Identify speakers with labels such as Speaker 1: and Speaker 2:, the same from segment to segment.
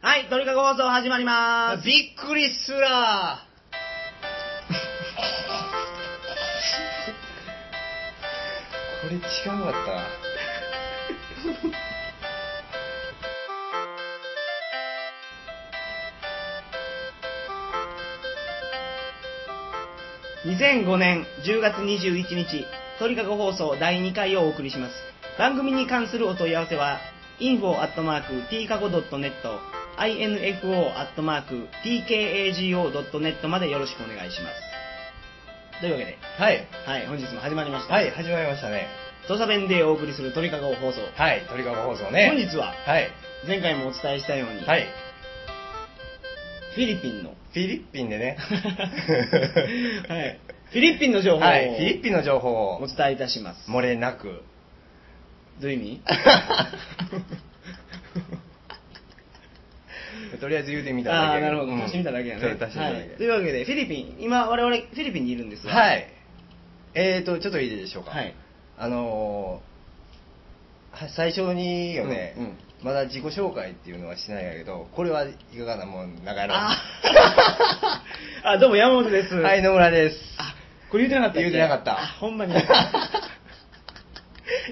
Speaker 1: はい、鳥かご放送始まりまーす。
Speaker 2: びっくりすらーこれ違うかった
Speaker 1: 2005年10月21日、鳥かご放送第2回をお送りします。番組に関するお問い合わせは、info.tkago.net、info.tkago.net までよろしくお願いします。というわけで、
Speaker 2: はい
Speaker 1: はい、本日も始まりました。
Speaker 2: はい。始まりましたね
Speaker 1: 土佐弁でお送りする鳥かご放送。
Speaker 2: はい鳥かご放送ね
Speaker 1: 本日は
Speaker 2: はい
Speaker 1: 前回もお伝えしたように、
Speaker 2: はい
Speaker 1: フィリピンの、
Speaker 2: フィリピンで ね
Speaker 1: はい、フィリピンの情報を、
Speaker 2: はいフィリピンの情報を
Speaker 1: お伝えいたします。
Speaker 2: 漏れなく
Speaker 1: どういう意 味
Speaker 2: とりあえず言うてみただ
Speaker 1: あ
Speaker 2: け
Speaker 1: あー、なるほど。
Speaker 2: うん
Speaker 1: 足してみただけやね。
Speaker 2: そう足してみた
Speaker 1: は
Speaker 2: だ
Speaker 1: いと
Speaker 2: け
Speaker 1: いうわけで、フィリピン、今、我々、フィリピンにいるんですが、
Speaker 2: はい、えーとちょっといいでしょうか
Speaker 1: はい
Speaker 2: あのーは最初によね、
Speaker 1: うんうん
Speaker 2: まだ自己紹介っていうのはしてないんやけどこれはいかがなもん長野
Speaker 1: あー あ、どうも、山本です。
Speaker 2: はい野村です
Speaker 1: あ、これ言うてなかったっけ
Speaker 2: 言うてなかった
Speaker 1: あ、ほん まに。
Speaker 2: や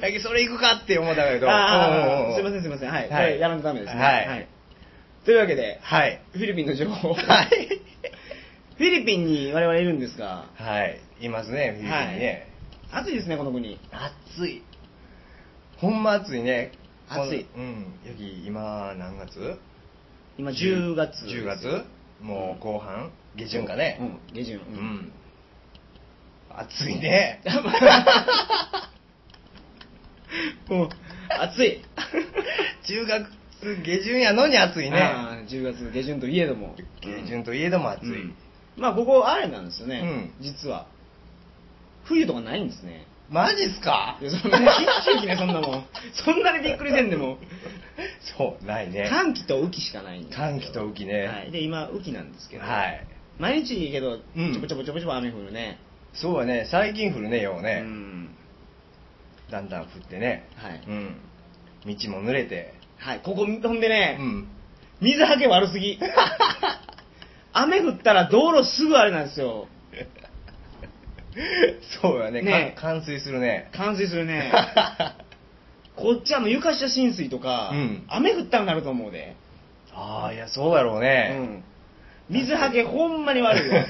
Speaker 2: けそれ行くかって思ったんだけどうんうん
Speaker 1: あ
Speaker 2: う
Speaker 1: ー
Speaker 2: ん
Speaker 1: すいません、すいません。はい。
Speaker 2: は
Speaker 1: はいい、やらんとダメですね。
Speaker 2: はい
Speaker 1: というわけで、
Speaker 2: はい
Speaker 1: フィリピンの情報。
Speaker 2: はい
Speaker 1: フィリピンに我々いるんですが、
Speaker 2: はいいますねフィリピンにね、
Speaker 1: 暑いですね、この国。
Speaker 2: 暑いほんま暑いね
Speaker 1: 暑い
Speaker 2: このうんよき今何月
Speaker 1: 今、10月。
Speaker 2: 10月もう後半下旬かね
Speaker 1: うん、下旬。
Speaker 2: う、
Speaker 1: うんん
Speaker 2: 暑いね
Speaker 1: もう、暑い。
Speaker 2: 10月下旬やのに 暑いね
Speaker 1: あー10月下旬といえども。
Speaker 2: 下旬といえども暑い、
Speaker 1: うんまあ、ここ、あれなんですよね、
Speaker 2: う
Speaker 1: 実は。冬とかないんですね。
Speaker 2: マジっすか
Speaker 1: いやそんなに、一気ね、そんなもん。そんなにびっくりせんでも。
Speaker 2: そうないね
Speaker 1: 寒気と雨季しかないんですよ
Speaker 2: 寒気と雨季ね
Speaker 1: はい。で、今、雨季なんですけど。
Speaker 2: はい
Speaker 1: 毎日いいけど、
Speaker 2: うん
Speaker 1: ちょぼちょぼちょぼちょぼ雨降るね。
Speaker 2: そうやね最近降るねようね、
Speaker 1: うん。
Speaker 2: だんだん降ってね、
Speaker 1: はい
Speaker 2: うん、道も濡れて、
Speaker 1: はい、ここ、ほんで
Speaker 2: う
Speaker 1: ね、
Speaker 2: ん、
Speaker 1: 水はけ悪すぎ。雨降ったら道路すぐあれなんですよ。
Speaker 2: そうやね
Speaker 1: ね
Speaker 2: か冠水するね
Speaker 1: 冠水する ね。こっちあの床下浸水とか、
Speaker 2: うん
Speaker 1: 雨降ったらなると思うで。
Speaker 2: ああいやそうやろう
Speaker 1: う
Speaker 2: ね、
Speaker 1: ん。水はけほんまに 悪い よ。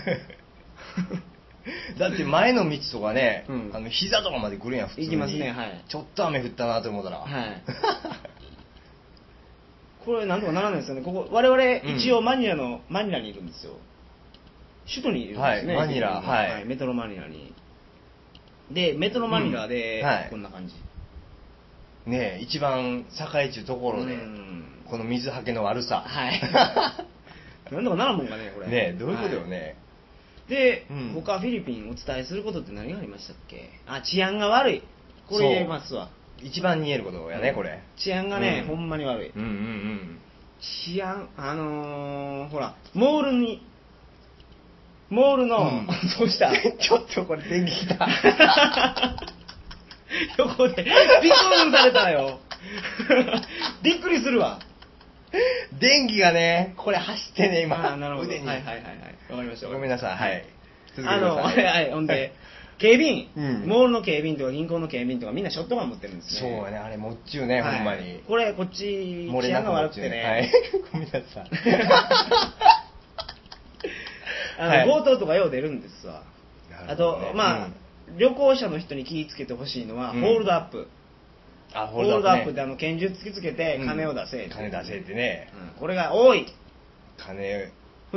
Speaker 2: だって前の道とかね、
Speaker 1: うん
Speaker 2: あの膝とかまで来るやん普通に
Speaker 1: 行きますねはい
Speaker 2: ちょっと雨降ったなと思ったら
Speaker 1: はい。これなんとかならないですよね。ここ、我々一応マニラの、マニラにいるんですよ。首都にいるんですね。
Speaker 2: はいマニ
Speaker 1: フィリ
Speaker 2: ラ
Speaker 1: ピンの
Speaker 2: はい
Speaker 1: メトロマニラに。で、メトロマニラで、
Speaker 2: うんはい
Speaker 1: こんな感じ。
Speaker 2: ねえ一番栄えちゅうところで、
Speaker 1: うん
Speaker 2: この水はけの悪さ、
Speaker 1: はい。 なんとかならんもんかね、これ。
Speaker 2: ねえどういうことよね、
Speaker 1: はい。で、
Speaker 2: うん
Speaker 1: 他フィリピンお伝えすることって何がありましたっけあ、治安が悪い。これ言えますわ。
Speaker 2: 一番に言えることやね、これ
Speaker 1: 治安がね、
Speaker 2: うん
Speaker 1: ほんまに悪い。
Speaker 2: うんうん
Speaker 1: 治安、あのー、ほら、モールに、モールの、
Speaker 2: うん
Speaker 1: どうした
Speaker 2: うんちょっとこれ電気きた
Speaker 1: 横で、ビクンされたよ。 びっくりするわ。
Speaker 2: 電気がねこれ走ってね
Speaker 1: あ
Speaker 2: 今
Speaker 1: ーなるほど。は
Speaker 2: 腕
Speaker 1: い
Speaker 2: に、
Speaker 1: はいはいはい。わかりました。
Speaker 2: ごめんなさいはい続け
Speaker 1: あ
Speaker 2: てください
Speaker 1: の、はいはい、ほんで、警備員、
Speaker 2: うん
Speaker 1: モールの警備員とか銀行の警備員とかみんなショットガン持ってるんです
Speaker 2: そう
Speaker 1: ね。
Speaker 2: やねあれもっちゅうね、
Speaker 1: はい
Speaker 2: ほんまに
Speaker 1: これ、こっち、治安が
Speaker 2: も
Speaker 1: 悪
Speaker 2: っ
Speaker 1: く
Speaker 2: ちゅ
Speaker 1: て
Speaker 2: う
Speaker 1: ね、
Speaker 2: はいごめんなさい
Speaker 1: あの
Speaker 2: はい
Speaker 1: 強盗とかよう出るんですわ。
Speaker 2: なる
Speaker 1: あ
Speaker 2: ほど
Speaker 1: と
Speaker 2: ね、
Speaker 1: まあ、
Speaker 2: うん
Speaker 1: 旅行者の人に気をつけてほしいのは、
Speaker 2: うん
Speaker 1: ホールドアップ。
Speaker 2: あ
Speaker 1: ホールドアップ
Speaker 2: ね
Speaker 1: であの拳銃突きつけて
Speaker 2: うん
Speaker 1: 金を出せ、
Speaker 2: 金出せってね
Speaker 1: うんこれが多い。
Speaker 2: 金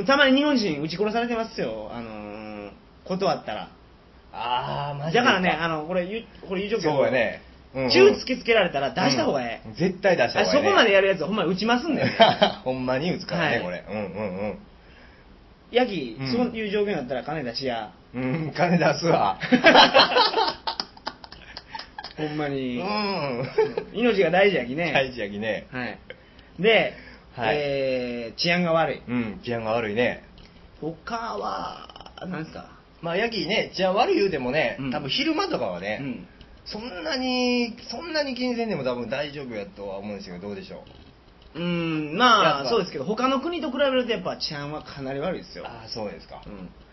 Speaker 1: たまに日本人撃ち殺されてますよ。あのー断ったら。
Speaker 2: ああマ
Speaker 1: だ
Speaker 2: ジで
Speaker 1: からね、あの、これ言う、これ言う状況
Speaker 2: そうやねうんうん
Speaker 1: 銃突きつけられたら出した方がええ。
Speaker 2: うん絶対出した方がええ
Speaker 1: あそこまでやるやつはほんまに撃ちますんだよね。
Speaker 2: ほんまに打つからね、
Speaker 1: はい
Speaker 2: これうん
Speaker 1: ヤギ、
Speaker 2: うん
Speaker 1: そういう状況になったら金出しや。
Speaker 2: うんうんうん金出すわ
Speaker 1: ほんま
Speaker 2: う
Speaker 1: に。
Speaker 2: ん
Speaker 1: 命が大事やきね。
Speaker 2: 大事やきね
Speaker 1: はい。で、
Speaker 2: はい
Speaker 1: えー治安が悪い。
Speaker 2: うん治安が悪いね
Speaker 1: 他は、何ですか、
Speaker 2: まあヤギね治安悪い言うてもね、
Speaker 1: うん
Speaker 2: 多分昼間とかはね、
Speaker 1: うん。
Speaker 2: そんなにそんなに気にせんでも多分大丈夫やとは思うんですけどどうでしょ
Speaker 1: うん
Speaker 2: や
Speaker 1: ま
Speaker 2: っ
Speaker 1: あ
Speaker 2: ぱ
Speaker 1: そうですけど他の国と比べるとやっぱ治安はかなり悪いですよ、
Speaker 2: ああそうですか、
Speaker 1: う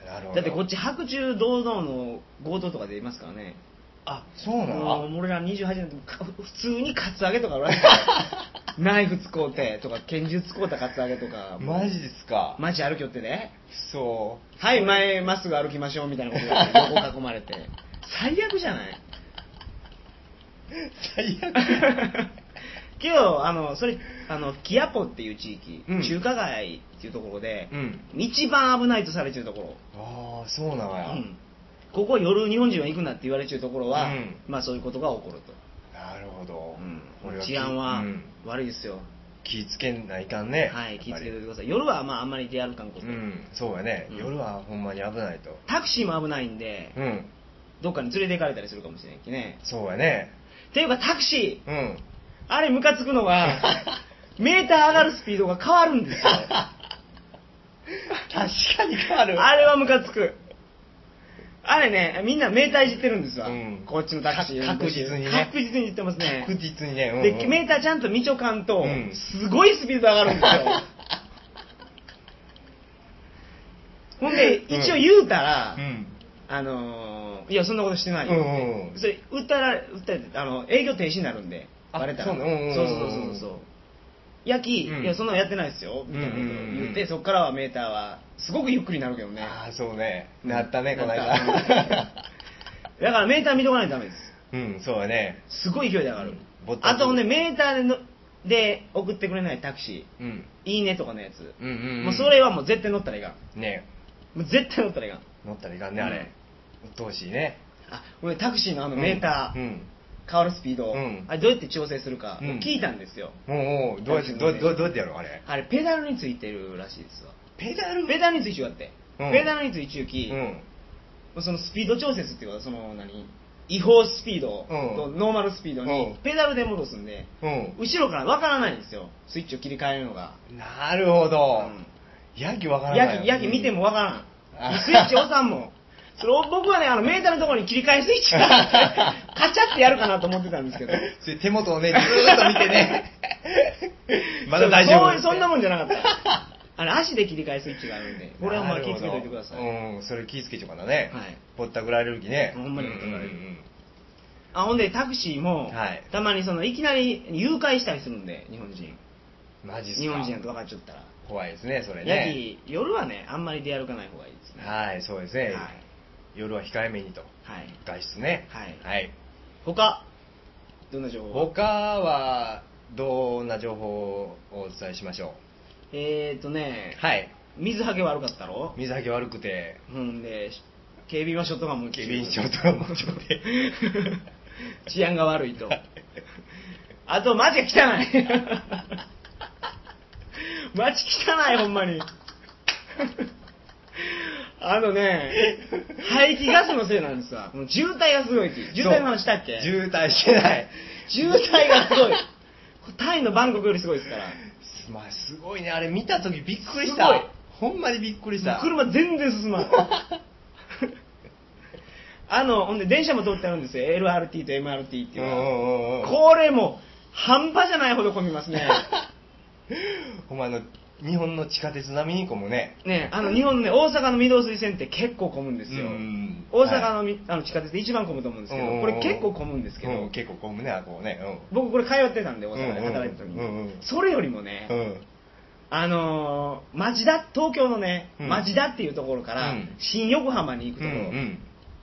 Speaker 2: なるほど
Speaker 1: だってこっち白昼堂々の強盗とか出ますからね
Speaker 2: あそうな
Speaker 1: も
Speaker 2: の
Speaker 1: う俺ら28年でか普通にカツアゲとかある わけナイフ使うてとか拳銃使うたカツアゲとか
Speaker 2: あマジですか、
Speaker 1: 街歩きよってね
Speaker 2: そ
Speaker 1: はい前まっすぐ歩きましょうみたいなことが横囲まれて最悪じゃない
Speaker 2: う最悪
Speaker 1: けどあのそれあのキアポっていう地域、
Speaker 2: うん
Speaker 1: 中華街っていうところで、
Speaker 2: うん
Speaker 1: 一番危ないとされてるところ
Speaker 2: ああそうなのや、
Speaker 1: うんここ夜日本人は行くなって言われてるところは、
Speaker 2: うん
Speaker 1: まあそういうことが起こると、
Speaker 2: なるほど、
Speaker 1: うん
Speaker 2: 俺
Speaker 1: 治安は
Speaker 2: うん
Speaker 1: 悪いですよ、
Speaker 2: 気ぃつけないかんね
Speaker 1: はい気をつけておい
Speaker 2: やって
Speaker 1: ください夜はまああんまり出歩かんこ
Speaker 2: ぱ
Speaker 1: と、
Speaker 2: りうんそうやね、
Speaker 1: うん
Speaker 2: 夜はほんまに危ないと
Speaker 1: タクシーも危ないんで、
Speaker 2: うん
Speaker 1: どっかに連れて行かれたりするかもしれんきね
Speaker 2: そうやね
Speaker 1: っていうかタクシー
Speaker 2: うん
Speaker 1: あれムカつくの がメーター上がるスピードが変わるんですよ
Speaker 2: 確かに変わる
Speaker 1: あれはムカつくあれねみんなメーターいじってるんですわ、
Speaker 2: うん
Speaker 1: こっちのタクシー
Speaker 2: か確実にね
Speaker 1: 確実にいじってますね
Speaker 2: 確実にね、うんうん
Speaker 1: でメーターちゃんと見ちょかんと、
Speaker 2: うん
Speaker 1: すごいスピードで上がるんですよほ んで
Speaker 2: うん
Speaker 1: 一応言うたら、
Speaker 2: うん
Speaker 1: あのーいやそんなことしてないよ、
Speaker 2: うんうん
Speaker 1: それ訴えられ訴えてあの営業停止になるんで
Speaker 2: あ
Speaker 1: バレたら
Speaker 2: そうなんうんうんうん
Speaker 1: そうそうそうそうそうヤキ、
Speaker 2: うん
Speaker 1: いやそんなのやってないですよみたいなことを言
Speaker 2: うん
Speaker 1: っ
Speaker 2: うんう
Speaker 1: て
Speaker 2: ん
Speaker 1: そっからはメーターはすごくゆっくりになるけどね
Speaker 2: ああそうねなったね、
Speaker 1: うん
Speaker 2: この
Speaker 1: なった
Speaker 2: 間
Speaker 1: だからメーター見とかないとダメです
Speaker 2: うんそうやね
Speaker 1: すごい勢いで上がる、
Speaker 2: ぼったく
Speaker 1: あとねメーターでので送ってくれないタクシ
Speaker 2: うん
Speaker 1: ーいいねとかのやつ、
Speaker 2: うんうんうん
Speaker 1: もうそれはもう絶対乗ったらいかん
Speaker 2: ね
Speaker 1: もう絶対乗ったらいかん
Speaker 2: 乗ったらいかんねあれ、うっとうしいね
Speaker 1: あ俺タクシーのあのメーター、
Speaker 2: うん
Speaker 1: 変わるスピード、
Speaker 2: うん
Speaker 1: あれどうやって調整するか、
Speaker 2: うん
Speaker 1: 聞いたんですよ
Speaker 2: うんもうおうどうやってどうどうどうやってやろうあれ
Speaker 1: あれペダルについてるらしいですわ
Speaker 2: ペダル
Speaker 1: ペダルについちゅうやって、
Speaker 2: うん
Speaker 1: ペダルについちゅうき、
Speaker 2: うん
Speaker 1: そのスピード調節っていうかその何違法スピードと
Speaker 2: うん
Speaker 1: ノーマルスピード
Speaker 2: うん
Speaker 1: にペダルで戻すんで、
Speaker 2: うん
Speaker 1: 後ろからわからないんですよスイッチを切り替えるのが
Speaker 2: なるほど、
Speaker 1: うん
Speaker 2: ヤギわからない
Speaker 1: ヤキヤキ見てもわからん
Speaker 2: あ
Speaker 1: スイッチ押さんもんそれを僕はねあのメーターのところに切り替えスイッチがあ ってカチャってやるかなと思ってたんですけど
Speaker 2: それ手元をねずーっと見て ねまだ大丈夫
Speaker 1: そうそんなもんじゃなかった あれ足で切り替えスイッチがあるんでこれはまあ
Speaker 2: な
Speaker 1: 気
Speaker 2: る
Speaker 1: を
Speaker 2: ほ
Speaker 1: つけ
Speaker 2: ど
Speaker 1: ておいてください、
Speaker 2: うんそれ気ぃつけちゃおうかなね
Speaker 1: はい
Speaker 2: ぼったくられるきね
Speaker 1: ほんまにぼったくられる
Speaker 2: うんうん
Speaker 1: あほんでタクシーも、
Speaker 2: はい
Speaker 1: たまにそのいきなり誘拐したりするんで日本人
Speaker 2: うんマジっすか
Speaker 1: 日本人だと分かっちゃったら、
Speaker 2: 怖いですねそれ
Speaker 1: や
Speaker 2: ね
Speaker 1: き夜はねあんまり出歩かない方がいいですね
Speaker 2: はいそうですね、
Speaker 1: はい
Speaker 2: 夜は控えめにと
Speaker 1: はい
Speaker 2: 外出ね
Speaker 1: はい
Speaker 2: はい
Speaker 1: 他どんな情報
Speaker 2: 他はどんな情報をお伝えしましょ
Speaker 1: えーとね
Speaker 2: うはい
Speaker 1: 水はけ悪かったろ
Speaker 2: 水はけ悪くて
Speaker 1: ほんでし警備員はショットガンも撃ち
Speaker 2: 警備員長ともちょっとで
Speaker 1: 治安が悪いとあと街が汚い 街汚いほんまにあのね排気ガスのせいなんですわもう渋滞がすごいっていう渋滞の話したっけ
Speaker 2: そう渋滞してない
Speaker 1: 渋滞がすごいタイのバンコクよりすごいですから
Speaker 2: すまあすごいねあれ見た時びっくり
Speaker 1: す
Speaker 2: し
Speaker 1: ごい
Speaker 2: たほんまにびっくりした
Speaker 1: 車全然進まない あのほんで電車も通ってあるんですよ LRT と MRT っていう
Speaker 2: う
Speaker 1: の
Speaker 2: んう
Speaker 1: は
Speaker 2: んうんうん
Speaker 1: これも半端じゃないほど混みます ね
Speaker 2: ほんまあの日本の地下鉄並みにこもね
Speaker 1: ねあの日本のね大阪の御堂筋線って結構混むんですよ
Speaker 2: うん
Speaker 1: 大阪のみ、あの地下鉄で一番混むと思うんですけ
Speaker 2: うんうんう
Speaker 1: ど
Speaker 2: ん
Speaker 1: これ結構混むんですけ
Speaker 2: う
Speaker 1: ど
Speaker 2: ん結構こむねあこうね
Speaker 1: 僕これ通ってたんで大阪で働いてた時
Speaker 2: うんうんうん
Speaker 1: に
Speaker 2: うん
Speaker 1: それよりもね
Speaker 2: うんうん
Speaker 1: あのー町田東京のね
Speaker 2: うん
Speaker 1: 町田っていうところから
Speaker 2: うん
Speaker 1: 新横浜に行く
Speaker 2: う
Speaker 1: ところ、
Speaker 2: ん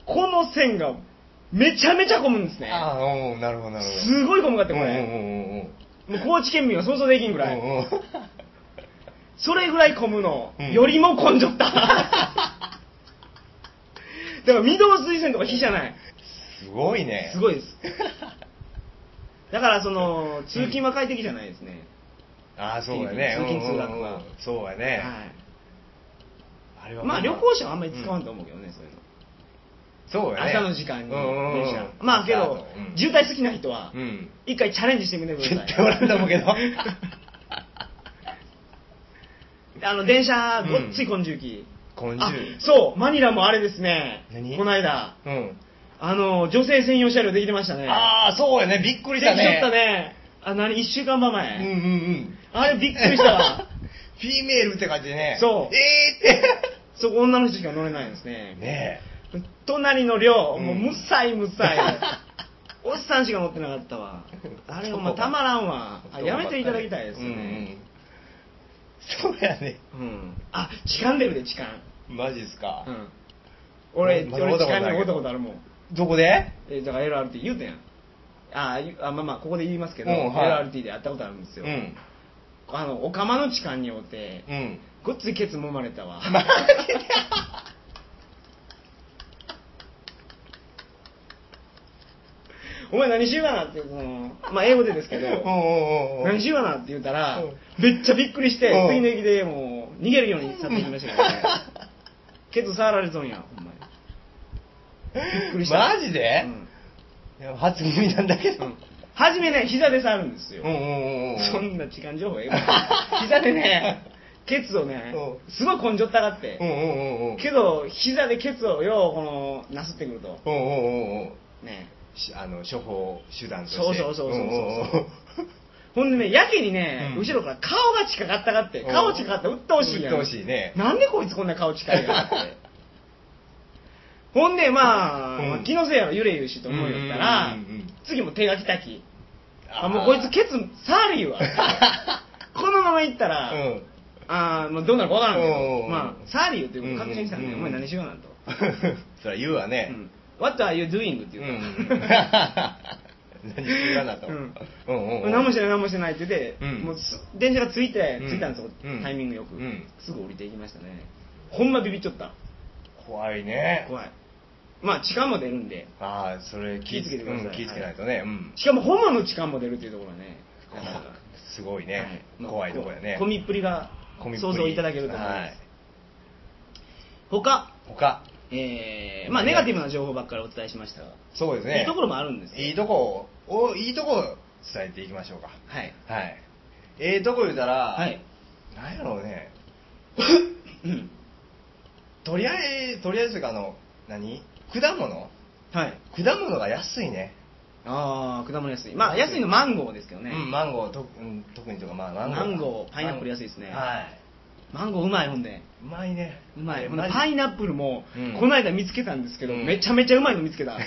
Speaker 1: この線がめちゃめちゃ混むんです
Speaker 2: うん
Speaker 1: ね
Speaker 2: ああうんなるほどなるほど
Speaker 1: すごい混むかってこ
Speaker 2: うん
Speaker 1: れ、
Speaker 2: うんうんうん
Speaker 1: もう高知県民は想像できんぐらい、
Speaker 2: うんうん
Speaker 1: それぐらい混むの、
Speaker 2: うん
Speaker 1: よりも混んじゃっただ から御堂水線とか火じゃない
Speaker 2: すごいね
Speaker 1: すごいです だからその通勤は快適じゃないですね、
Speaker 2: ああそうやね
Speaker 1: 通勤通勤通学は
Speaker 2: うんうんうんそうやね、あれ
Speaker 1: は、
Speaker 2: はい
Speaker 1: まあ旅行者はあんまり使わんと思うけどね、そういうの
Speaker 2: そうやね
Speaker 1: 朝の時間に電車、
Speaker 2: うんうんうん
Speaker 1: まあけ
Speaker 2: 朝
Speaker 1: ど
Speaker 2: の、うん
Speaker 1: 渋滞好きな人は
Speaker 2: うん
Speaker 1: 一回チャレンジしてみてください
Speaker 2: 絶対おらんと思うけど
Speaker 1: あの電車ごっつい根性期、
Speaker 2: 根
Speaker 1: あ
Speaker 2: 性
Speaker 1: そうマニラもあれですね
Speaker 2: 何
Speaker 1: この間
Speaker 2: うん
Speaker 1: あの女性専用車両できてましたね
Speaker 2: ああそうやねびっく
Speaker 1: び
Speaker 2: りした
Speaker 1: で
Speaker 2: ね
Speaker 1: きちゃったねあ何1週間前、
Speaker 2: うんうんうん
Speaker 1: あれびっくりした わ。
Speaker 2: フィメールって感じでね。
Speaker 1: そう
Speaker 2: えーっ
Speaker 1: そこ女の人しか乗れないんですね
Speaker 2: て。。 ね
Speaker 1: 隣の寮、
Speaker 2: うん
Speaker 1: もうむさいむさい。 おっさんしか乗ってなかったわ。あれほんまたまらんわ
Speaker 2: え。。
Speaker 1: あやめていただきたいですよね。
Speaker 2: うんうん。そうやね。
Speaker 1: うん。あ、痴漢出るで、痴漢。
Speaker 2: マジですか。
Speaker 1: うん。俺、
Speaker 2: まだ
Speaker 1: 俺痴漢に
Speaker 2: 会
Speaker 1: 会ったた
Speaker 2: っこ
Speaker 1: ことと
Speaker 2: あ
Speaker 1: あ
Speaker 2: る
Speaker 1: るもん。
Speaker 2: どこで
Speaker 1: えーだから LRT 言うてんやんあーゆあまあまあここで言いますけど、
Speaker 2: うんはい
Speaker 1: LRT で会ったことあるんです
Speaker 2: う
Speaker 1: よ、
Speaker 2: ん。
Speaker 1: あのお釜の痴漢におって、
Speaker 2: うん。
Speaker 1: ごっついケツ揉まれたわ
Speaker 2: マジで
Speaker 1: お前何しようかなってその、まあ、英 語でですけど
Speaker 2: うんうんうんうん
Speaker 1: 何しようかなって言うたら、
Speaker 2: うん
Speaker 1: めっちゃびっくりして、
Speaker 2: うん
Speaker 1: 次の駅でもう逃げるように去っていきましたけど、 ね、ケツ触られとんやほんまにびっくりした
Speaker 2: マジで、
Speaker 1: うん
Speaker 2: いや初耳なんだけど。
Speaker 1: うん初めね膝で触るんですよ、
Speaker 2: うんうんうんうん。
Speaker 1: そんな痴漢情報 ええわ膝でねケツをね
Speaker 2: う
Speaker 1: すごい根性ったがって、
Speaker 2: うんうんうんうん。
Speaker 1: けど膝でケツをようこのなすってくると
Speaker 2: うんうんうんうん。
Speaker 1: ね
Speaker 2: しあの処方手段として。
Speaker 1: そうそうそうそうそうん
Speaker 2: んうん
Speaker 1: ほんでねやけにね、
Speaker 2: うん
Speaker 1: 後ろから顔が近かったがって
Speaker 2: うん
Speaker 1: 顔近かったら鬱陶しいやん
Speaker 2: 鬱陶しいね
Speaker 1: なんでこいつこんな顔近いやんって ほんでまあ、
Speaker 2: うん
Speaker 1: まあ気のせいやろゆれゆうしと思いよったら、
Speaker 2: うんうんうんうん
Speaker 1: 次も手がきたきあ
Speaker 2: ー
Speaker 1: もうこいつケツ触る言う わこのままいったら、
Speaker 2: うん。
Speaker 1: あーまあどうなるかわからんけ
Speaker 2: おうおうお
Speaker 1: ど、
Speaker 2: う
Speaker 1: まあ、サーリーっていうことを確認したんで、
Speaker 2: うんうんうん
Speaker 1: お前何しようなんと。
Speaker 2: そりゃ言う
Speaker 1: う
Speaker 2: わね。
Speaker 1: ん What are you doing? って
Speaker 2: う
Speaker 1: 言
Speaker 2: ん。
Speaker 1: う
Speaker 2: 何 してらなと。
Speaker 1: う
Speaker 2: うんんうんうん。
Speaker 1: 何もしてない何もしてないって言って、
Speaker 2: うん
Speaker 1: もうす電車が着いて
Speaker 2: うん
Speaker 1: 着いたんですよ、
Speaker 2: うん
Speaker 1: タイミングよく、
Speaker 2: うん
Speaker 1: すぐ降りていきましたねほんまビビっちゃった
Speaker 2: 怖いね。
Speaker 1: 怖いまあ痴漢も出るんで
Speaker 2: ああ、それ
Speaker 1: 気ぃつけてください
Speaker 2: うん気ぃつけないとね。うん。
Speaker 1: しかもホモの痴漢も出るっていうところはねなかなか
Speaker 2: すご
Speaker 1: は
Speaker 2: い
Speaker 1: い
Speaker 2: ね。
Speaker 1: まあ
Speaker 2: 怖いとこやね。
Speaker 1: こ込みっぷりが
Speaker 2: 込みっぷり
Speaker 1: 想像いただけると思います、
Speaker 2: はい
Speaker 1: 他
Speaker 2: 他。
Speaker 1: えーまあネガティブな情報ばっかりお伝えしましたが
Speaker 2: そうですね。
Speaker 1: いいところもあるんですよ
Speaker 2: いいとこを、いいとこを伝えていきましょうか。
Speaker 1: はい
Speaker 2: はい。ええとこ言うたら、
Speaker 1: はい。
Speaker 2: なんやろうね。
Speaker 1: うん
Speaker 2: とりあえず、とりあえずというかあの、何果物
Speaker 1: はい。
Speaker 2: 果物が安いね。
Speaker 1: ああ、果物安い。まあ、安いのマンゴーですけどね。
Speaker 2: うん、マンゴーと、うん、特にとか、まあ、マンゴー。
Speaker 1: マンゴーパイナップル安いですね
Speaker 2: はい。
Speaker 1: マンゴーうまい、ほんで。
Speaker 2: うまいね。
Speaker 1: うまい。ほん
Speaker 2: マ
Speaker 1: で、
Speaker 2: ジ
Speaker 1: パイナップルも
Speaker 2: うん、
Speaker 1: この間見つけたんですけど、
Speaker 2: うん
Speaker 1: めちゃめちゃうまいの見つ けた。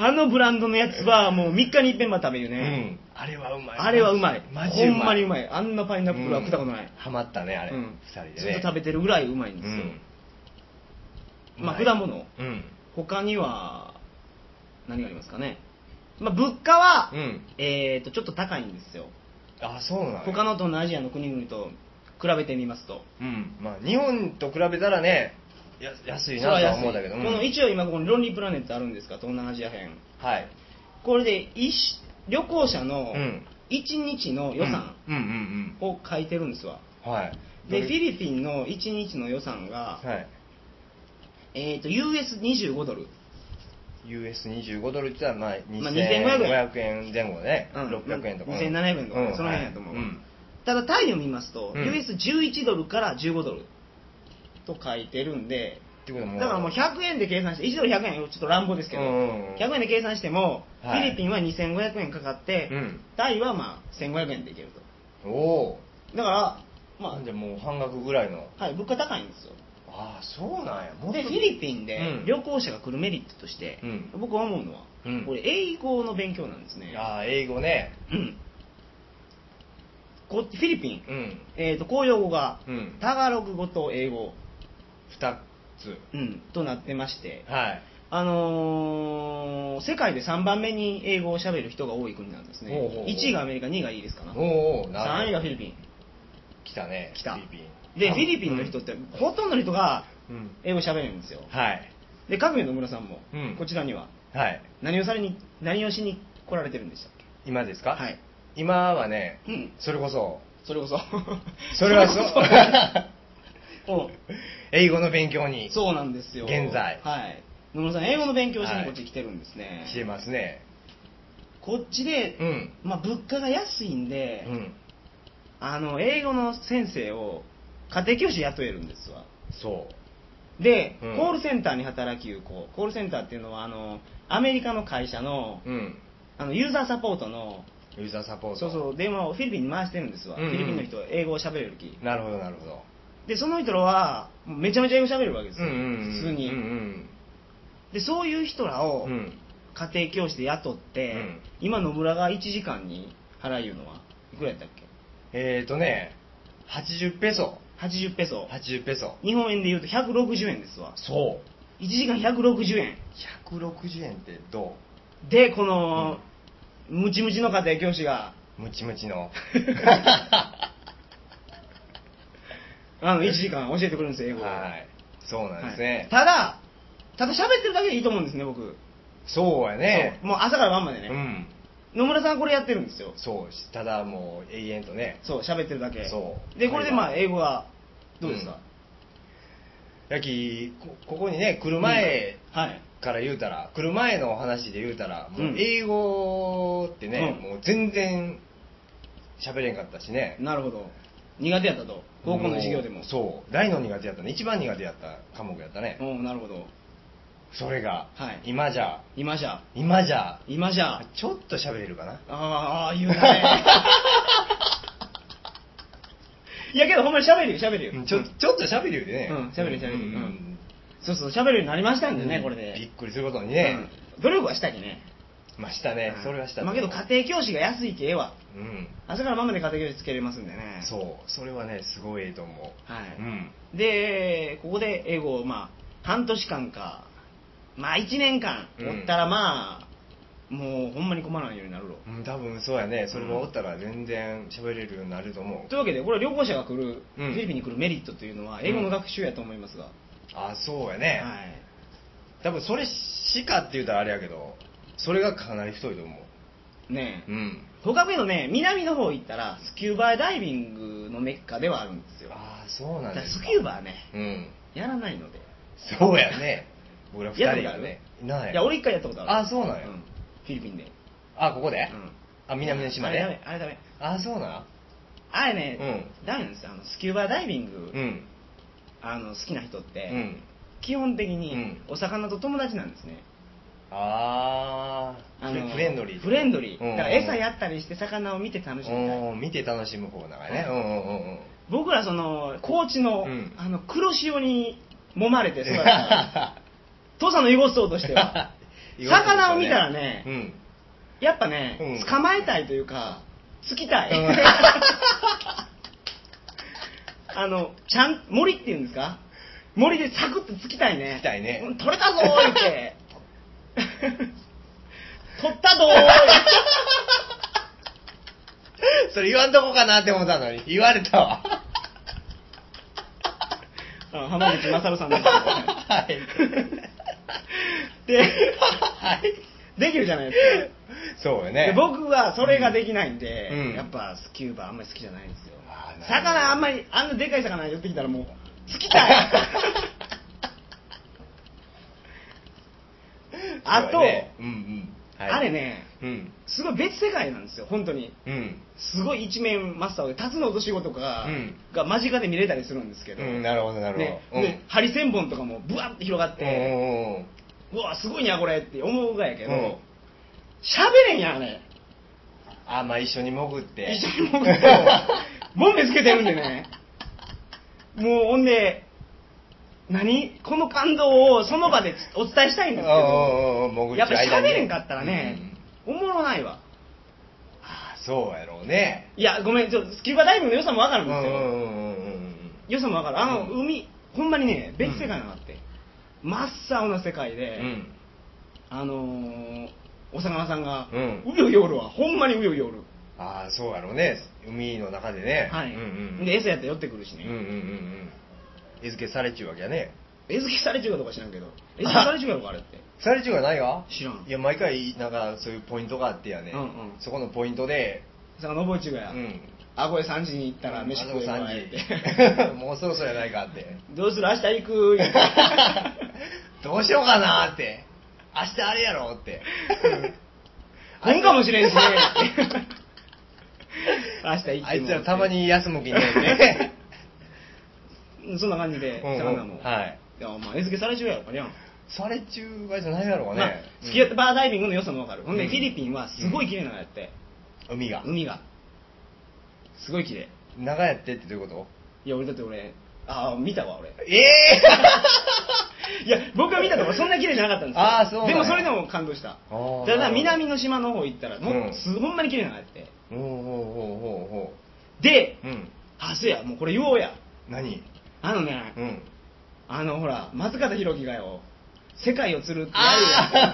Speaker 1: あのブランドのやつは、もう3日に一遍は食 べる
Speaker 2: う
Speaker 1: ね。
Speaker 2: ん。あれはうまい。
Speaker 1: あれはうまい。
Speaker 2: マジうまい。
Speaker 1: ほんまにうま
Speaker 2: い。
Speaker 1: い。あんなパイナップルは食ったことない。
Speaker 2: ハマったね、あれ。二、
Speaker 1: うん
Speaker 2: 人でね。
Speaker 1: ずっと食べてるぐらいうまいんですよ。
Speaker 2: うん。
Speaker 1: まあ
Speaker 2: うい
Speaker 1: 果物
Speaker 2: うん。
Speaker 1: 他には、何がありますかね。まあ、物価は
Speaker 2: う、ん。
Speaker 1: えーと、ちょっと高いんですよ。
Speaker 2: あ、そうなの
Speaker 1: 他の東南アジアの国々と比べてみますと。
Speaker 2: うん。まあ、日本と比べたらね、や安いなとは思うんだけど。
Speaker 1: この一応今ここにロンリープラネットあるんですか東南アジア編
Speaker 2: はい。
Speaker 1: これで一し旅行者の
Speaker 2: うん
Speaker 1: 1日の予算
Speaker 2: うんうん
Speaker 1: を書いてるんですわ、
Speaker 2: うん。はい。
Speaker 1: で
Speaker 2: ど
Speaker 1: フ
Speaker 2: れ
Speaker 1: ィリピンの1日の予算が、
Speaker 2: はい。
Speaker 1: えっと US25 ドル
Speaker 2: US25 ドルって言ったらまあ
Speaker 1: まあ2500
Speaker 2: 2500円前後ね、
Speaker 1: うん
Speaker 2: 600円とか
Speaker 1: 2700円とか
Speaker 2: うん
Speaker 1: その辺やと思う
Speaker 2: はいん
Speaker 1: ただタイを見ますと、
Speaker 2: うん
Speaker 1: US11 ドルから15ドルと書いてるんで
Speaker 2: ってことはもう
Speaker 1: だからもう100円で計算して1ドル100円はちょっと乱暴ですけど、
Speaker 2: うんうんうん
Speaker 1: 100円で計算しても、
Speaker 2: はい
Speaker 1: フィリピンは2500円かかって、
Speaker 2: うん
Speaker 1: タイはまあ1500円でいけると
Speaker 2: おお
Speaker 1: だから、ま
Speaker 2: じゃあもう半額ぐらいの
Speaker 1: あはい、物価高いんですよ
Speaker 2: ああそうなんやもっと
Speaker 1: でフィリピンで
Speaker 2: うん
Speaker 1: 旅行者が来るメリットとして、
Speaker 2: うん
Speaker 1: 僕は思うのは、
Speaker 2: うん
Speaker 1: これ英語の勉強なんですね、
Speaker 2: ああ英語ね
Speaker 1: うん、こフィリピン、
Speaker 2: うん
Speaker 1: えー、と公用語が、
Speaker 2: うん
Speaker 1: タガログ語と英語、
Speaker 2: 2つ
Speaker 1: うん、となってまして、
Speaker 2: はい
Speaker 1: あのー世界で3番目に英語を喋る人が多い国なんですね
Speaker 2: ほうほうほう
Speaker 1: 1位がアメリカ2位がイギリスかな
Speaker 2: おおお
Speaker 1: 3位がフィリピ
Speaker 2: 来たね
Speaker 1: 来た
Speaker 2: フィリピ
Speaker 1: ン
Speaker 2: ン
Speaker 1: でフィリピンの人ってほとんどの人が
Speaker 2: うんうん
Speaker 1: 英語喋れるんですよ
Speaker 2: はい
Speaker 1: で各野の村さんも、
Speaker 2: うん
Speaker 1: こちらには
Speaker 2: はい
Speaker 1: 何をされに何をしに来られてるんでしたっ
Speaker 2: 今ですか
Speaker 1: はい
Speaker 2: 今はね
Speaker 1: けうん
Speaker 2: それこ そ
Speaker 1: それこ そ
Speaker 2: それはそう
Speaker 1: そ
Speaker 2: 英語の勉強に
Speaker 1: そうなんですよ
Speaker 2: 現在
Speaker 1: はい野村さん英語の勉強をし
Speaker 2: は
Speaker 1: に
Speaker 2: い
Speaker 1: こっち来てるんですね、
Speaker 2: してますね
Speaker 1: こっちで、
Speaker 2: うん
Speaker 1: まあ、物価が安いんで、
Speaker 2: うん
Speaker 1: あの英語の先生を家庭教師雇えるんですわ
Speaker 2: そう
Speaker 1: で、
Speaker 2: うん
Speaker 1: コールセンターに働きゆう子コールセンターっていうのはあのアメリカの会社の,、
Speaker 2: うん
Speaker 1: あのユーザーサポートの
Speaker 2: ユーザーサポート
Speaker 1: そうそう電話をフィリピンに回してるんですわ、
Speaker 2: うんうん
Speaker 1: フィリピンの人は英語を喋れるき
Speaker 2: なるほどなるほど
Speaker 1: でその人らはめちゃめちゃ英語喋るわけですよ、普通に、
Speaker 2: うん
Speaker 1: でそういう人ら
Speaker 2: うん
Speaker 1: を
Speaker 2: うん
Speaker 1: 家庭教師で雇って、
Speaker 2: うん
Speaker 1: 今野村が1時間に払いうのはいくらやったっけ
Speaker 2: えーとね80ペソ
Speaker 1: 80ペソ
Speaker 2: 80ペソ
Speaker 1: 日本円でいうと160円ですわ
Speaker 2: そう
Speaker 1: 1時間160円
Speaker 2: 160円ってど
Speaker 1: でこの、ムチムチの家庭教師が
Speaker 2: うムチム チの
Speaker 1: あの1時間教えてくれるんですよ英語を
Speaker 2: はいそうなんです
Speaker 1: はい
Speaker 2: ね、
Speaker 1: ただただ喋ってるだけでいいと思うんですね僕
Speaker 2: そうやね
Speaker 1: そうもう朝から晩まで
Speaker 2: う
Speaker 1: ね、
Speaker 2: ん
Speaker 1: 野村さんこれやってるんですよ
Speaker 2: そうしただもう永遠とね
Speaker 1: そう喋ってるだけ
Speaker 2: そう
Speaker 1: でこれでまあ
Speaker 2: 会話
Speaker 1: 英語はどうですか、
Speaker 2: やきこここにね来る前
Speaker 1: はい
Speaker 2: から言うたら、来る前のお話で言うたらもううん英語ってね、
Speaker 1: うん
Speaker 2: もう全然喋れんかったしね
Speaker 1: なるほど苦手やったと高校の授業でも
Speaker 2: うそう大の苦手やったね一番苦手やった科目やったね、
Speaker 1: うんなるほど
Speaker 2: それが、
Speaker 1: はい
Speaker 2: 今じゃ
Speaker 1: 今じゃ
Speaker 2: 今じゃ
Speaker 1: 今じゃ
Speaker 2: ちょっと喋れるかな
Speaker 1: ああ言うたね いやけどほんまに喋るよ喋るよ、
Speaker 2: うんちょちょっと喋るよね
Speaker 1: うん喋る喋る
Speaker 2: うん
Speaker 1: うんそうそう喋るようになりましたんでね、これで
Speaker 2: びっくりすることにね、
Speaker 1: うん努力はしたきね
Speaker 2: まあしたね、
Speaker 1: うん
Speaker 2: それはした
Speaker 1: まあけど家庭教師が安いけええわ
Speaker 2: うん
Speaker 1: 朝から晩まで家庭教師つけれますんでね
Speaker 2: そうそれはねすごいええと思う
Speaker 1: はい、
Speaker 2: うん
Speaker 1: でここで英語をまあ半年間かまあ1年間おったらまあ、もうほんまに困らないようになるろ
Speaker 2: うん多分そうやねそれがおったら全然喋れるようになると思う、
Speaker 1: というわけでこれは旅行者が来る、
Speaker 2: うん
Speaker 1: フィリピンに来るメリットというのは英語の学習やと思いますが、
Speaker 2: あそうやね、
Speaker 1: はい
Speaker 2: 多分それしかって言うたらあれやけどそれがかなり太いと思
Speaker 1: ね
Speaker 2: ううん
Speaker 1: ほかのね南の方行ったらスキューバーダイビングのメッカではあるんですよ
Speaker 2: ああそうな
Speaker 1: だか
Speaker 2: んで
Speaker 1: ら
Speaker 2: す
Speaker 1: ス
Speaker 2: か
Speaker 1: キューバはね
Speaker 2: うん
Speaker 1: やらないので
Speaker 2: そうやね僕ら二
Speaker 1: やった
Speaker 2: 人
Speaker 1: ことあ
Speaker 2: が
Speaker 1: る
Speaker 2: ねない
Speaker 1: いや俺一回やったことある
Speaker 2: あそうなんや
Speaker 1: フィリピンで、
Speaker 2: あここで、
Speaker 1: うん
Speaker 2: あ南の島ね
Speaker 1: あれダメあれダメ
Speaker 2: あそうな
Speaker 1: あれね、ダメなんですよあのスキューバーダイビング、
Speaker 2: うん
Speaker 1: あの好きな人っ
Speaker 2: う
Speaker 1: て、
Speaker 2: ん
Speaker 1: 基本的
Speaker 2: う
Speaker 1: に
Speaker 2: ん
Speaker 1: お魚と友達なんですね、
Speaker 2: ああ
Speaker 1: あの
Speaker 2: フレンドリー
Speaker 1: フレンドリー
Speaker 2: うんうんうん
Speaker 1: だから餌やったりして魚を見て楽しみたい
Speaker 2: うん見て楽しむ方だからね、う
Speaker 1: 僕らその高知の,、
Speaker 2: うん
Speaker 1: あの黒潮に揉まれて
Speaker 2: んうんうん
Speaker 1: 育った から父さんの囲碁層としては魚を見たらね
Speaker 2: うん
Speaker 1: やっぱね、
Speaker 2: うん
Speaker 1: 捕まえたいというかつきたい、
Speaker 2: うん
Speaker 1: あのちゃん森っていうんですか森でサクッとつきたいね
Speaker 2: つきたいね
Speaker 1: うん取れたぞーって 取ったぞーって
Speaker 2: それ言わんとこかなって思ったのに言われたわ
Speaker 1: あの浜口勝さんです
Speaker 2: はい
Speaker 1: けどでできるじゃないですか
Speaker 2: そうよね
Speaker 1: で僕はそれができないんで、
Speaker 2: うん
Speaker 1: やっぱスキューバあんまり好きじゃないんですよ
Speaker 2: あーなるほど
Speaker 1: 魚あんまりあんなでかい魚寄ってきたら もう好きたいあと、
Speaker 2: そうやねうんうんはい
Speaker 1: あれね
Speaker 2: うん
Speaker 1: すごい別世界なんですよ本当に
Speaker 2: うん
Speaker 1: すごい一面真っ青で辰の落とし子とか
Speaker 2: うん
Speaker 1: が間近で見れたりするんですけど、
Speaker 2: うんなるほどなるほど、
Speaker 1: ねでハリセンボンとかもブワッて広がっ
Speaker 2: うん
Speaker 1: て、
Speaker 2: うんうん
Speaker 1: うわすごいなこれって思うがやけど
Speaker 2: うん
Speaker 1: 喋、れんやんね
Speaker 2: あまあ一緒に潜って
Speaker 1: 一緒に潜って もんでつけてるんでねもうほんで何この感動をその場でお伝えしたいんですけ
Speaker 2: おうおうおう
Speaker 1: どや
Speaker 2: 潜っ
Speaker 1: ってぱ
Speaker 2: る間に
Speaker 1: 喋れんかったらね、おもろないわ
Speaker 2: あそうやろうね
Speaker 1: いやごめんちょっとスキューバダイビングの良さもわか
Speaker 2: う
Speaker 1: るんですよ、
Speaker 2: んうんうん
Speaker 1: 良さもわかるあの、
Speaker 2: うん
Speaker 1: 海ほんまにね別世界なのあって、真っ青な世界で、
Speaker 2: うん
Speaker 1: あのーお魚さんが、
Speaker 2: う
Speaker 1: うんよいおるわほんまにうよいおる、
Speaker 2: ああそうやろうね海の中でね
Speaker 1: はい、
Speaker 2: うんうん
Speaker 1: で餌やったら寄ってくるし
Speaker 2: う
Speaker 1: ね、
Speaker 2: んうんうんうん餌付けされちゅうわけやね
Speaker 1: 餌付けされちゅうかどうか知らんけど餌付けされちゅうかどうかあれ って
Speaker 2: されちゅうがないわ
Speaker 1: 知らん
Speaker 2: いや毎回なんかそういうポイントがあってやね、
Speaker 1: うんうん
Speaker 2: そこのポイントで
Speaker 1: 魚覚えちゅうが
Speaker 2: う
Speaker 1: や、
Speaker 2: ん
Speaker 1: あこれ3時に行ったら飯食えば
Speaker 2: あの
Speaker 1: えって
Speaker 2: 3時 もうそろそろやないかって
Speaker 1: どうする明日行 く言うて
Speaker 2: どうしようかなって明日あれやろって
Speaker 1: 来んかもしれんしね明日行っても
Speaker 2: あいつらたまに休む気ねえね
Speaker 1: そんな感じで
Speaker 2: うんうん
Speaker 1: 魚も、
Speaker 2: はい
Speaker 1: いやお前餌付けされちゅうやろかりゃん
Speaker 2: されちゅうがじゃないやろうね、
Speaker 1: まあ、スキューバーダイビングの良さもわかる、ほん
Speaker 2: う
Speaker 1: で
Speaker 2: ん
Speaker 1: フィリピンはすごい綺麗なのやって、
Speaker 2: 海が
Speaker 1: 海がすごい綺麗
Speaker 2: 長屋ってってどういうこ
Speaker 1: いや俺だって俺ああ見たわ俺
Speaker 2: とええ
Speaker 1: いや僕が見たとこそんな綺麗じゃなかったんですよ
Speaker 2: あーそうなん
Speaker 1: で
Speaker 2: や
Speaker 1: もそれでも感動した
Speaker 2: あー
Speaker 1: ただ
Speaker 2: なる
Speaker 1: 南の島の方行ったらもう、
Speaker 2: うん
Speaker 1: すほんまに綺麗なのあって
Speaker 2: ー、おうおうおうおうお
Speaker 1: で
Speaker 2: ううん
Speaker 1: あそうやもうこれ言おうや
Speaker 2: 何
Speaker 1: あのね、
Speaker 2: うん
Speaker 1: あのほら松方弘樹がよ世界を釣るってやる
Speaker 2: あ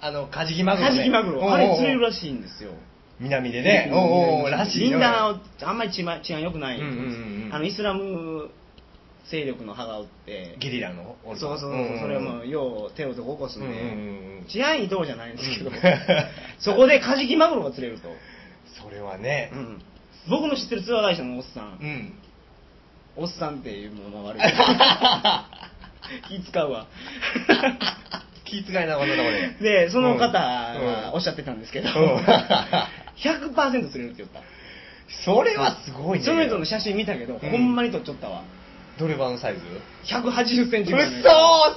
Speaker 2: ああのカジキマ
Speaker 1: やんカ
Speaker 2: グロ、ね、
Speaker 1: ジキマグロあれ釣れるらしいんですよ
Speaker 2: 南でね
Speaker 1: う
Speaker 2: お
Speaker 1: ん
Speaker 2: うおうおうらしい
Speaker 1: み
Speaker 2: よ
Speaker 1: んなあんまり治安治安良くない、
Speaker 2: うんうんうんうん
Speaker 1: あのイスラム勢力の派がおって
Speaker 2: ゲリラの
Speaker 1: そうそうそう、それはもうよう手をどこ起こすんで、
Speaker 2: うんうんうんうん
Speaker 1: 治安いいとこじゃないんです けど、
Speaker 2: うん
Speaker 1: そこでカジキマグロが釣れると、
Speaker 2: それはね
Speaker 1: うん僕の知ってるツアー会社のおっさん、
Speaker 2: うん
Speaker 1: おっさんっていうものも悪いけど気使うわ
Speaker 2: 気遣いな女だこれ
Speaker 1: でその方がおっしゃってたんですけど、
Speaker 2: うん
Speaker 1: 100%釣れるって言った
Speaker 2: それはすごいね
Speaker 1: その人の写真見たけど、
Speaker 2: うん
Speaker 1: ほんまに撮っちゃったわ
Speaker 2: どればのサイズ
Speaker 1: 1 8 0ンチぐらいのや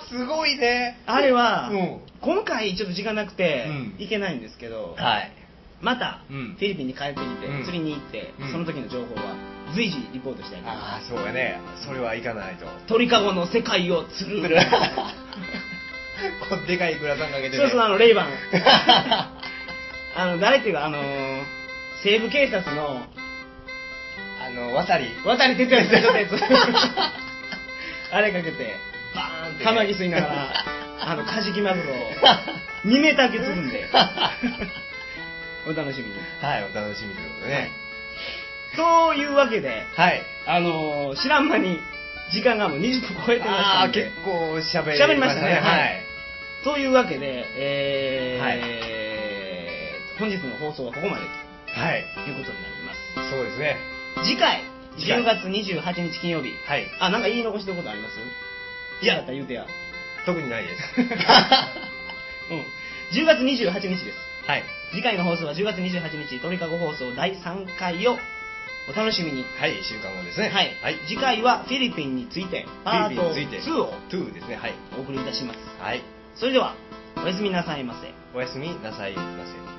Speaker 1: つ
Speaker 2: そすごいね
Speaker 1: あれは、
Speaker 2: うん
Speaker 1: 今回ちょっと時間なくて、
Speaker 2: うん
Speaker 1: 行けないんですけど、
Speaker 2: はい
Speaker 1: また、
Speaker 2: うん
Speaker 1: フィリピンに帰ってきて、
Speaker 2: うん
Speaker 1: 釣りに行って、
Speaker 2: うん
Speaker 1: その時の情報は随時リポートしたいと思いま
Speaker 2: ああそうやねそれはいかな い
Speaker 1: す
Speaker 2: と
Speaker 1: 鳥かごの世界を釣る
Speaker 2: こうでかいグラサンかけて
Speaker 1: そう
Speaker 2: ね
Speaker 1: そうあのレイ バンあの誰っていうかあのー西部警察の
Speaker 2: あの渡り
Speaker 1: 渡哲也さん のやつあれかけて
Speaker 2: バーンってね
Speaker 1: カマギ吸いなが らあのカジキマグロを2メーター級釣る んでお楽しみに
Speaker 2: はいお楽しみということでね
Speaker 1: というわけで
Speaker 2: はい
Speaker 1: あのー知らん間に時間がもう20分超えてまし
Speaker 2: あ
Speaker 1: た
Speaker 2: あ
Speaker 1: ん
Speaker 2: ー
Speaker 1: で
Speaker 2: 結構喋
Speaker 1: 喋りましたね
Speaker 2: はい
Speaker 1: というわけで、えー
Speaker 2: はい
Speaker 1: 本日の放送はここまで
Speaker 2: はい
Speaker 1: ということになります
Speaker 2: そうですね
Speaker 1: 次回
Speaker 2: 次回
Speaker 1: 10月28日金曜日
Speaker 2: はい
Speaker 1: あなんか言い残してることあります
Speaker 2: いや
Speaker 1: なかったら言うてや
Speaker 2: 特にない です
Speaker 1: うん10月28日です
Speaker 2: はい
Speaker 1: 次回の放送は10月28日鳥かご放送第3回をお楽しみに
Speaker 2: はい一週間後ですね
Speaker 1: はい、
Speaker 2: はい
Speaker 1: 次回はフィリピンについてパート
Speaker 2: フィリピンについて
Speaker 1: 2を
Speaker 2: 2ですねはい
Speaker 1: お送りいたします
Speaker 2: はい
Speaker 1: それではおやすみなさいませ
Speaker 2: おやすみなさいませ